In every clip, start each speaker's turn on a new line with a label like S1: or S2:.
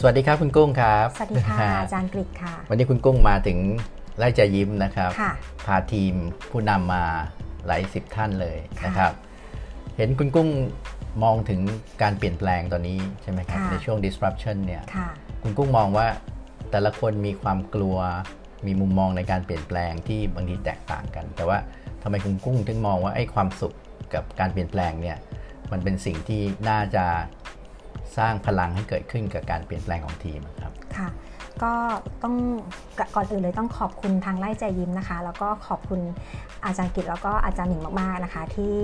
S1: สวัสดีครับคุณกุ้งครับ
S2: สวัสดีค่ะ
S1: ฮ
S2: อาจารย์กริกค่ะ
S1: วันนี้คุณกุ้งมาถึงไล่ใจยิ้มนะครับ
S2: ค่ะ
S1: พาทีมผู้นำมาหลายสิบท่านเลยนะครับ เห็นคุณกุ้งมองถึงการเปลี่ยนแปลงตอนนี้ใช่ไหมครับ
S2: ค่ะ
S1: ในช่วง disruption เนี่ย
S2: ค่ะ
S1: คุณกุ้งมองว่าแต่ละคนมีความกลัว มีมุมมองในการเปลี่ยนแปลงที่บางทีแตกต่างกัน แต่ว่าทำไมคุณกุ้งถึงมองว่าไอ้ความสุขกับการเปลี่ยนแปลงเนี่ยมันเป็นสิ่งที่น่าจะสร้างพลังให้เกิดขึ้นกับการเปลี่ยนแปลงของทีมอะครับ
S2: ค่ะ ก็ต้องกก่อนอื่นเลยต้องขอบคุณทางไล่ใจยิ้มนะคะ แล้วก็ขอบคุณอาจารย์กิจแล้วก็อาจารย์หนิงมากๆนะคะ ที่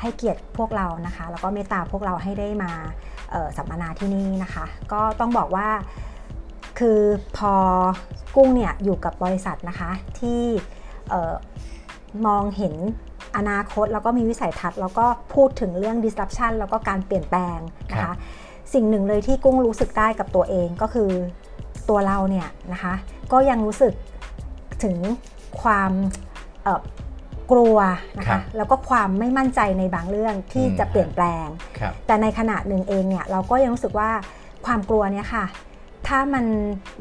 S2: ให้เกียรติพวกเรานะคะ แล้วก็เมตตาพวกเราให้ได้มาเอ่อสัมมนาที่นี่นะคะ ก็ต้องบอกว่าคือพอกุ้งเนี่ยอยู่กับบริษัทนะคะที่เอ่อมองเห็นอนาคตแล้วก็มีวิสัยทัศน์แล้วก็พูดถึงเรื่อง disruption แล้วก็การเปลี่ยนแปลงนะ
S1: ครั
S2: คะ
S1: บ
S2: สิ่งหนึ่งเลยที่กุ้งรู้สึกได้กับตัวเองก็คือตัวเราเนี่ยนะคะ ก็ยังรู้สึกถึงความเอ่อกลัวนะ
S1: ครั
S2: คะ
S1: บ
S2: แล้วก็ความไม่มั่นใจในบางเรื่องที่
S1: อืม
S2: จะเปลี่ยนแปลง
S1: ครับ
S2: แต่ในขณะหนึ่งเองเนี่ยเราก็ยังรู้สึกว่าความกลัวเนี่ยค่ะ ถ้ามัน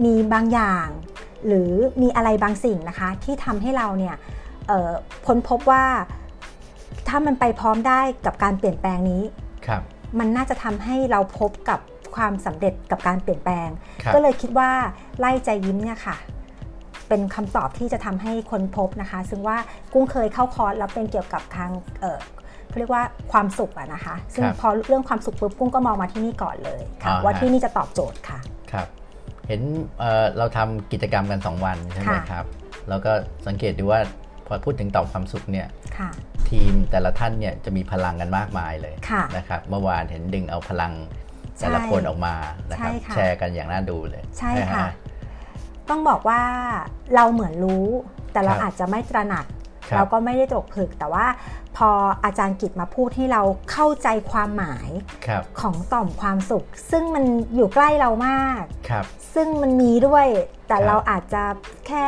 S2: มีบางอย่าง หรือมีอะไรบางสิ่งนะคะ ที่ทำให้เราเนี่ยเอ่อค้นพบว่าถ้ามันไปพร้อมได้กับการเปลี่ยนแปลงนี้
S1: ครับ
S2: มันน่าจะทำให้เราพบกับความสำเร็จกับการเปลี่ยนแปลง
S1: ครับ
S2: ก็เลยคิดว่าไล่ใจยิ้มเนี่ยค่ะ เป็นคำตอบที่จะทำให้คนพบนะคะ ซึ่งว่ากุ้งเคยเข้าคอร์สแล้วเป็นเกี่ยวกับทางเอ่อเขาเรียกว่าความสุขอะนะคะ ซึ่งพอเรื่องความสุขปุ๊บกุ้งก็มองมาที่นี่ก่อนเลยค่ะ
S1: อ่าฮะ
S2: ว่าที่นี่จะตอบโจทย์ค่ะ
S1: ครับ เห็นเอ่อเราทำกิจกรรมกัน 2 วันใช่ไหม
S2: ค่ะ
S1: ครับ แล้วก็สังเกตดูว่าพอพูดถึงต่อมความสุขเนี่ย
S2: ค่ะ
S1: ทีมแต่ละท่านเนี่ยจะมีพลังกันมากมายเลย
S2: ค่ะ
S1: นะครับเมื่อวานเห็นดึงเอาพลังแต่ละคนออกมานะครับ
S2: ใช่ค่ะ
S1: แชร์กันอย่างน่าดูเลย
S2: ใช่
S1: นฮ
S2: ค่ะ ต้องบอกว่าเราเหมือนรู้ แต่เรา
S1: ครับ
S2: อาจจะไม่ตระหนัก
S1: ครับ
S2: เราก็ไม่ได้ตกผลึก แต่ว่าพออาจารย์กิจมาพูดให้เราเข้าใจความหมาย
S1: ครับ
S2: ของต่อมความสุข ซึ่งมันอยู่ใกล้เรามาก
S1: ครับ
S2: ซึ่งมันมีด้วย แต่
S1: ครับ
S2: เราอาจจะแค่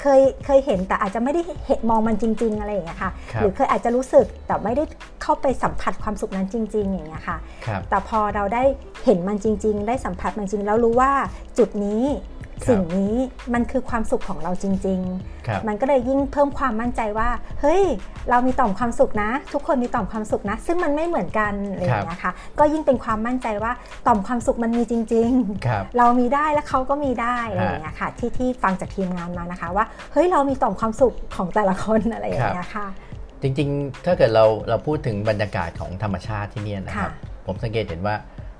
S2: เคยเคยเห็นแต่อาจจะไม่ได้เห็นมองมันจริง ๆ อะไรอย่างเงี้ยค่ะ
S1: ครับ
S2: หรือเคยอาจจะรู้สึกแต่ไม่ได้เข้าไปสัมผัสความสุขนั้นจริง ๆ อย่างเงี้ยค่ะ
S1: ครับ
S2: แต่พอเราได้เห็นมันจริง ๆ ได้สัมผัสมันจริงแล้วรู้ว่าจุดนี้
S1: ครับ
S2: สิ่งนี้มันคือความสุขของเราจริง ๆ
S1: ครับ
S2: มันก็เลยยิ่งเพิ่มความมั่นใจว่า เฮ้ย เรามีต่อมความสุขนะ ทุกคนมีต่อมความสุขนะ ซึ่งมันไม่เหมือนกันอะไรอย่างเลยนะคะก็ยิ่งเป็นความมั่นใจว่าต่อมความสุขมันมีจริง
S1: ครับ
S2: ๆ เรามีได้และเขาก็มีได้อะไรอย่างเงี้ยค่ะ ที่ที่ฟังจากทีมงานมานะคะ ว่าเฮ้ยเรามีต่อมความสุขของแต่ละคนอะไรอย่างเงี้ยค่ะ
S1: จริงๆ ถ้าเกิดเราเราพูดถึงบรรยากาศของธรรมชาติที่เนี่ยนะครับ
S2: ค่ะ
S1: ผมสังเกตเห็นว่า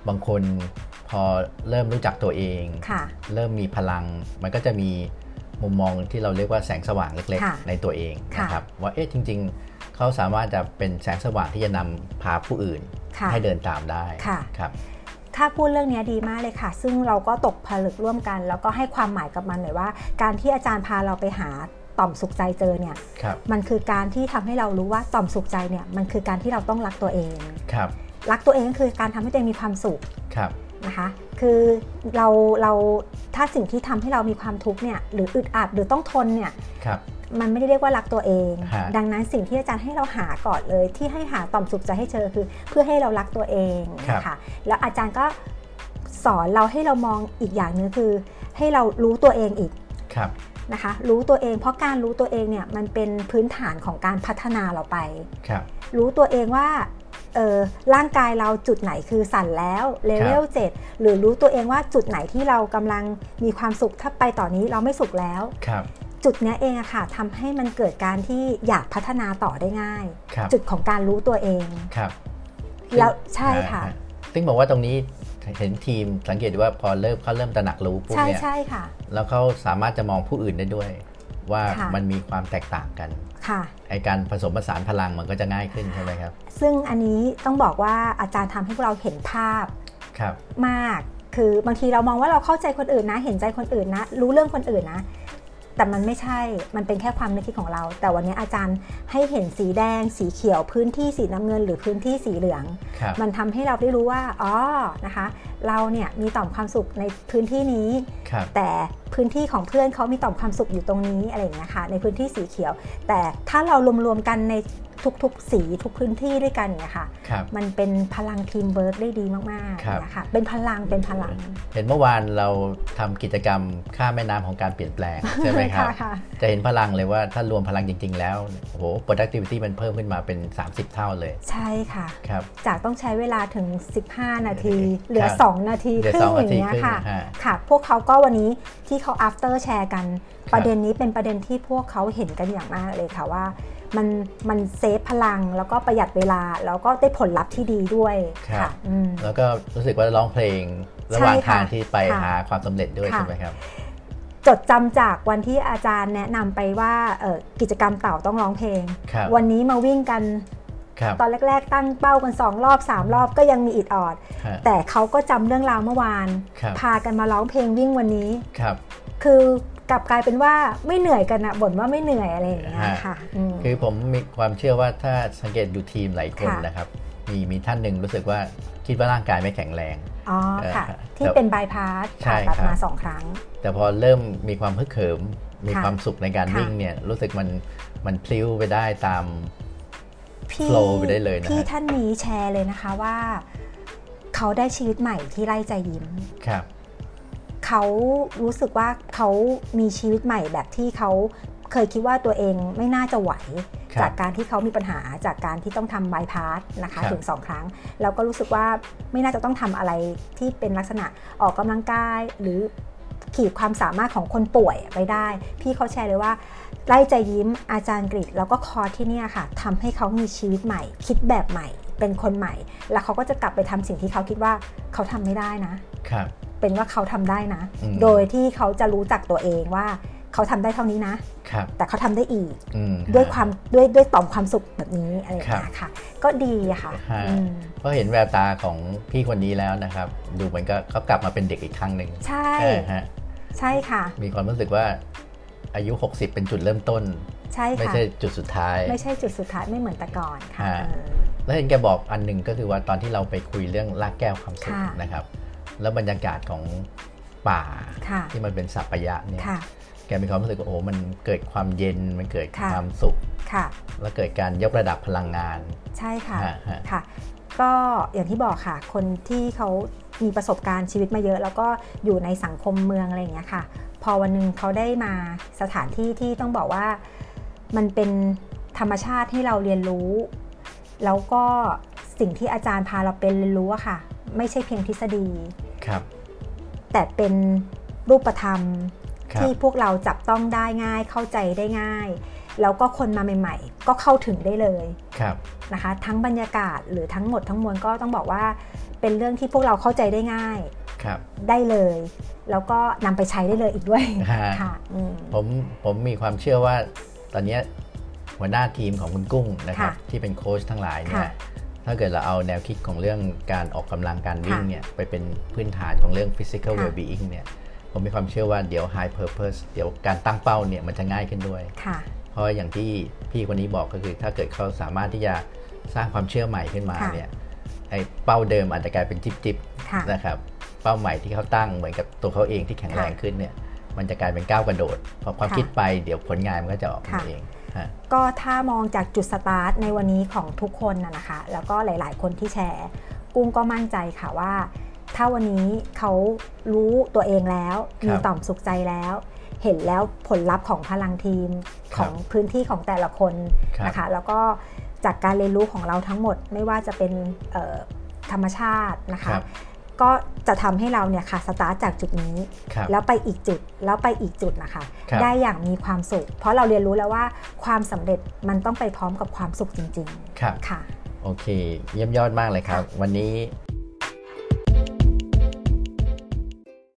S1: บางคนพอเริ่มรู้จักตัวเอง
S2: ค่ะ
S1: เริ่มมีพลัง มันก็จะมีมุมมองที่เราเรียกว่าแสงสว่างเล็ก
S2: ค่ะ
S1: ๆ ในตัวเอง
S2: ค่ะ
S1: นะครับว่าเอ๊ะจริง ๆ เขาสามารถจะเป็นแสงสว่างที่จะนำพาผู้อื่น
S2: ค่ะ
S1: ให้เดินตามได้
S2: ค่ะ
S1: ครับ
S2: ถ้าพูดเรื่องเนี้ยดีมากเลยค่ะ ซึ่งเราก็ตกผลึกร่วมกัน แล้วก็ให้ความหมายกับมันหน่อยว่า การที่อาจารย์พาเราไปหาต่อมสุขใจเจอเนี่ย
S1: ครับ
S2: มันคือการที่ทำให้เรารู้ว่าต่อมสุขใจเนี่ยมันคือการที่เราต้องรักตัวเอง
S1: ครับ
S2: รักตัวเองก็คือการทำให้ตัวเองมีความสุข
S1: ครับ
S2: นะคะ คือเราเราถ้าสิ่งที่ทำให้เรามีความทุกข์เนี่ยหรืออึดอัดหรือต้องทนเนี่ย
S1: ครับ
S2: มันไม่ได้เรียกว่ารักตัวเอง
S1: ฮะ
S2: ดังนั้นสิ่งที่อาจารย์ให้เราหาก่อนเลย ที่ให้หาต่อมสุขใจให้เจอคือ เพื่อให้เรารักตัวเองนะคะแล้วอาจารย์ก็สอนเราให้เรามองอีกอย่างหนึงคือ ให้เรารู้ตัวเองอีก
S1: ครับ
S2: นะคะรู้ตัวเองเพราะการรู้ตัวเองเนี่ยมันเป็นพื้นฐานของการพัฒนาเราไป
S1: ครับ
S2: รู้ตัวเองว่าเออร่างกายเราจุดไหนคือสั่นแล้วเลเวล7หรือรู้ตัวเองว่าจุดไหนที่เรากำลังมีความสุขถ้าไปต่อนนี้เราไม่สุขแล้ว
S1: ครับ
S2: จุดเนี้ยเองอะค่ะทำให้มันเกิดการที่อยากพัฒนาต่อได้ง่าย
S1: ครับ
S2: จุดของการรู้ตัวเอง
S1: ครับ
S2: แล้ว
S1: ซึ่ง
S2: ใช่ค่ะ
S1: อ่าซึ่งบอกว่าตรงนี้เห็นทีมสังเกตว่าพอเริ่มเขาเริ่มตระหนักรู้ปุ๊บ
S2: ใช่
S1: เนี่ย
S2: ใช่ค่ะ
S1: แล้วเขาสามารถจะมองผู้อื่นได้ด้วย ว่า
S2: ค่ะ
S1: มันมีความแตกต่างกัน
S2: ค่ะ
S1: ไอการผสมผสานพลังมันก็จะง่ายขึ้นใช่ไหมครับ
S2: ซึ่งอันนี้ต้องบอกว่าอาจารย์ทำให้พวกเราเห็นภาพ
S1: ครับ
S2: มาก คือบางทีเรามองว่าเราเข้าใจคนอื่นนะ เห็นใจคนอื่นนะ รู้เรื่องคนอื่นนะ แต่มันไม่ใช่ มันเป็นแค่ความนึกคิดของเรา แต่วันนี้อาจารย์ให้เห็นสีแดง สีเขียว พื้นที่สีน้ำเงิน หรือพื้นที่สีเหลือง
S1: ครับ
S2: มันทำให้เราได้รู้ว่า อ๋อ นะคะ เราเนี่ยมีต่อมความสุขในพื้นที่นี้
S1: ครับ
S2: แต่พื้นที่ของเพื่อนเขามีต่อมความสุขอยู่ตรงนี้อะไรอย่างเงี้ยค่ะ ในพื้นที่สีเขียว แต่ถ้าเรารวมๆกันใน ทุก ๆ สีทุกพื้นที่ด้วยกันเนี่ยค่ะ
S1: ครับ
S2: มันเป็นพลังทีมเวิร์กได้ดีมาก
S1: ครับ
S2: ๆเนี่ยค่ะเป็นพลังเป็นพลัง
S1: เห็นเมื่อวานเราทำกิจกรรมข้ามแม่น้ำของการเปลี่ยนแปล งใช่ไหมครับ
S2: ค่ะ
S1: จะเห็นพลังเลยว่าถ้ารวมพลังจริง ๆ แล้วโอ้โห productivity มันเพิ่มขึ้นมาเป็น 30 เท่าเลย
S2: ใช่ค่ะ
S1: ครับ
S2: จากต้องใช้เวลาถึง 15 นาที เหลือ
S1: ครับ
S2: 2 นาที
S1: เหลือ
S2: ครึ่
S1: สอง ง
S2: อ
S1: นา
S2: ย่า
S1: ที
S2: งเงี้ย
S1: ครึ่ง
S2: ค่ะ
S1: นะฮะ
S2: ค่ะ พวกเขาก็วันนี้ที่เขา after แชร์กัน
S1: บ
S2: ประเด็นนี้เป็นประเด็นที่พวกเขาเห็นกันอย่างมากเลยค่ะว่า มันมันเซฟพลังแล้วก็ประหยัดเวลา แล้วก็ได้ผลลัพธ์ที่ดีด้วยค่ะอืม
S1: แล้วก็รู้สึกว่าร้องเพลงระหว่าง
S2: ใช่ค่ะ
S1: ทางที่ไป
S2: ค่ะ
S1: หาความสำเร็จด้วย
S2: ค่ะ
S1: ใช่ไหมครับ
S2: จดจำจากวันที่อาจารย์แนะนำไปว่าเอ่อกิจกรรมเต่าต้องร้องเพลง
S1: ครับ
S2: วันนี้มาวิ่งกัน
S1: ครับ
S2: ตอนแรก ๆ ตั้งเป้ากัน 2 รอบ 3 รอบก็ยังมีอิดออด
S1: ฮะ
S2: แต่เขาก็จำเรื่องราวเมื่อวาน
S1: ครับ
S2: พากันมาร้องเพลงวิ่งวันนี้
S1: ครับ
S2: คือกลับกลายเป็นว่าไม่เหนื่อยกันนะบ่นว่าไม่เหนื่อยอะไรอย่างเงี้ย
S1: ฮะ
S2: ค่ะอืม
S1: คือผมมีความเชื่อว่าถ้าสังเกตดูทีมหลายคน
S2: ค่ะ
S1: นะครับ มีมีท่านหนึ่งรู้สึกว่าคิดว่าร่างกายไม่แข็งแรง
S2: อ๋อค่ะ
S1: เอ่อ
S2: ที่เป็นบายพาส
S1: ใช่
S2: ผ่าตัด
S1: ครับ
S2: มาสองครั้ง
S1: แต่พอเริ่มมีความฮึกเหิม มี
S2: ค่ะ
S1: ความสุขในการ
S2: ค่ะ
S1: วิ่งเนี่ยรู้สึกมันมันพลิ้วไปได้ตาม
S2: พี่
S1: flow ไปได้เลยนะฮะ
S2: พี่ท่านนี้แชร์เลยนะคะว่า เขาได้ชีวิตใหม่ที่ไร่ใจยิ้ม
S1: ครับ
S2: เขารู้สึกว่าเขามีชีวิตใหม่แบบที่เขาเคยคิดว่าตัวเองไม่น่าจะไหว
S1: ครับ
S2: จากการที่เขามีปัญหาจากการที่ต้องทำบายพาสนะคะ
S1: ครับ
S2: ถึง 2 ครั้ง แล้วก็รู้สึกว่าไม่น่าจะต้องทำอะไรที่เป็นลักษณะออกกำลังกาย หรือขีดความสามารถของคนป่วยไปได้ พี่เขาแชร์เลยว่า ไล่ใจยิ้มอาจารย์กริดแล้วก็คอร์สที่เนี่ยค่ะทำให้เขามีชีวิตใหม่ คิดแบบใหม่ เป็นคนใหม่ แล้วเขาก็จะกลับไปทำสิ่งที่เขาคิดว่าเขาทำไม่ได้นะ
S1: ครับ
S2: เป็นว่าเขาทำได้นะ
S1: อืม
S2: โดยที่เขาจะรู้จักตัวเองว่า เขาทำได้เท่านี้นะ
S1: ครับ
S2: แต่เขาทำได้อีก
S1: อืม
S2: ด้วยความด้วยด้วยต่อมความสุขแบบนี้อะไรอย่างเงี้ยค่ะ ก็ดีอะค่ะ
S1: ฮะ
S2: อืม
S1: เพราะเห็นแววตาของพี่คนนี้แล้วนะครับ ดูเหมือนก็เขากลับมาเป็นเด็กอีกครั้งหนึ่ง
S2: ใช่
S1: ใช่ฮะ
S2: ใช่ค่ะ
S1: มีความรู้สึกว่าอายุ 60 เป็นจุดเริ่มต้น
S2: ใช่
S1: ไม่
S2: ค่ะ
S1: ใช่จุดสุดท้าย
S2: ไม่ใช่จุดสุดท้ายไม่เหมือนแต่ก่อนค่ะ
S1: ฮะ
S2: เออ
S1: แล้วเห็นแกบอกอันหนึ่งก็คือว่าตอนที่เราไปคุยเรื่องลากแก้วความสุข
S2: ค่ะ
S1: นะครับ แล้วบรรยากาศของป่า
S2: ค่ะ
S1: ที่มันเป็นสัปปะยะเนี่ย
S2: ค่ะ
S1: แกมีความรู้สึกว่าโอ้โหมันเกิดความเย็นมันเกิด
S2: ค่ะ
S1: ความสุข
S2: ค่ะ
S1: และเกิดการยกระดับพลังงาน
S2: ใช่ค่ะ
S1: ฮะฮะ
S2: ค่ะ ก็อย่างที่บอกค่ะ คนที่เขามีประสบการณ์ชีวิตมาเยอะ แล้วก็อยู่ในสังคมเมืองอะไรอย่างเงี้ยค่ะ พอวันหนึ่งเขาได้มาสถานที่ที่ต้องบอกว่ามันเป็นธรรมชาติให้เราเรียนรู้ แล้วก็สิ่งที่อาจารย์พาเราเป็นเรียนรู้อะค่ะ ไม่ใช่เพียงทฤษฎี
S1: ครับ
S2: แต่เป็นรูปธรรม
S1: ครับ
S2: ที่พวกเราจับต้องได้ง่ายเข้าใจได้ง่าย แล้วก็คนมาใหม่ ๆ ก็เข้าถึงได้เลย
S1: ครับ
S2: นะคะทั้งบรรยากาศหรือทั้งหมดทั้งมวลก็ต้องบอกว่าเป็นเรื่องที่พวกเราเข้าใจได้ง่าย
S1: ครับ
S2: ได้เลย แล้วก็นำไปใช้ได้เลยอีกด้วย
S1: ฮะ
S2: ค่ะอืม
S1: ผมผมมีความเชื่อว่าตอนเนี้ยหัวหน้าทีมของคุณกุ้งนะครับ
S2: ค่ะ
S1: ที่เป็นโค้ชทั้งหลายเนี่ย
S2: ค่ะ
S1: ถ้าเกิดเราเอาแนวคิดของเรื่องการออกกำลังการวิ่ง
S2: ค่ะ
S1: เนี่ยไปเป็นพื้นฐานของเรื่อง physical
S2: ค่ะ
S1: well-being เนี่ยผมมีความเชื่อว่าเดี๋ยว high purpose เดี๋ยวการตั้งเป้าเนี่ยมันจะง่ายขึ้นด้วย
S2: ค่ะ
S1: เพราะอย่างที่พี่คนนี้บอกก็คือ ถ้าเกิดเขาสามารถที่จะสร้างความเชื่อใหม่ขึ้นมา
S2: ค่ะ
S1: เนี่ยไอ้เป้าเดิมอาจจะกลายเป็นจิบๆ
S2: ค่ะ
S1: นะครับเป้าหมายที่เขาตั้งเหมือนกับตัวเขาเองที่แข็งแรงขึ้นเนี่ยมันจะกลายเป็นก้าวกระโดดพอความ
S2: ค่ะ
S1: คิดไปเดี๋ยวผลงานมันก็จะออกมา
S2: ค่ะ
S1: เองฮะ
S2: ก็ถ้ามองจากจุดสตาร์ทในวันนี้ของทุกคนนะนะคะ แล้วก็หลายๆ คนที่แชร์ กุ้งก็มั่นใจค่ะว่า ถ้าวันนี้เขารู้ตัวเองแล้ว
S1: ครับ
S2: มีต่อมสุขใจแล้ว เห็นแล้วผลลัพธ์ของพลังทีม
S1: ค
S2: ข
S1: รับ
S2: องพื้นที่ของแต่ละคน
S1: ครับ
S2: นะคะ แล้วก็จากการเรียนรู้ของเราทั้งหมด ไม่ว่าจะเป็นเอ่อธรรมชาตินะ
S1: ค
S2: คะ
S1: รับ
S2: ก็จะทำให้เราเนี่ยค่ะสตาร์ทจากจุดนี้
S1: ครับ
S2: แล้วไปอีกจุดแล้วไปอีกจุดนะคะ
S1: ครับ
S2: ได้อย่างมีความสุข เพราะเราเรียนรู้แล้วว่าความสำเร็จมันต้องไปพร้อมกับความสุขจริง
S1: ครับ
S2: ๆ ค่ะ
S1: โอเค เยี่ยมยอดมากเลยครับ วันนี้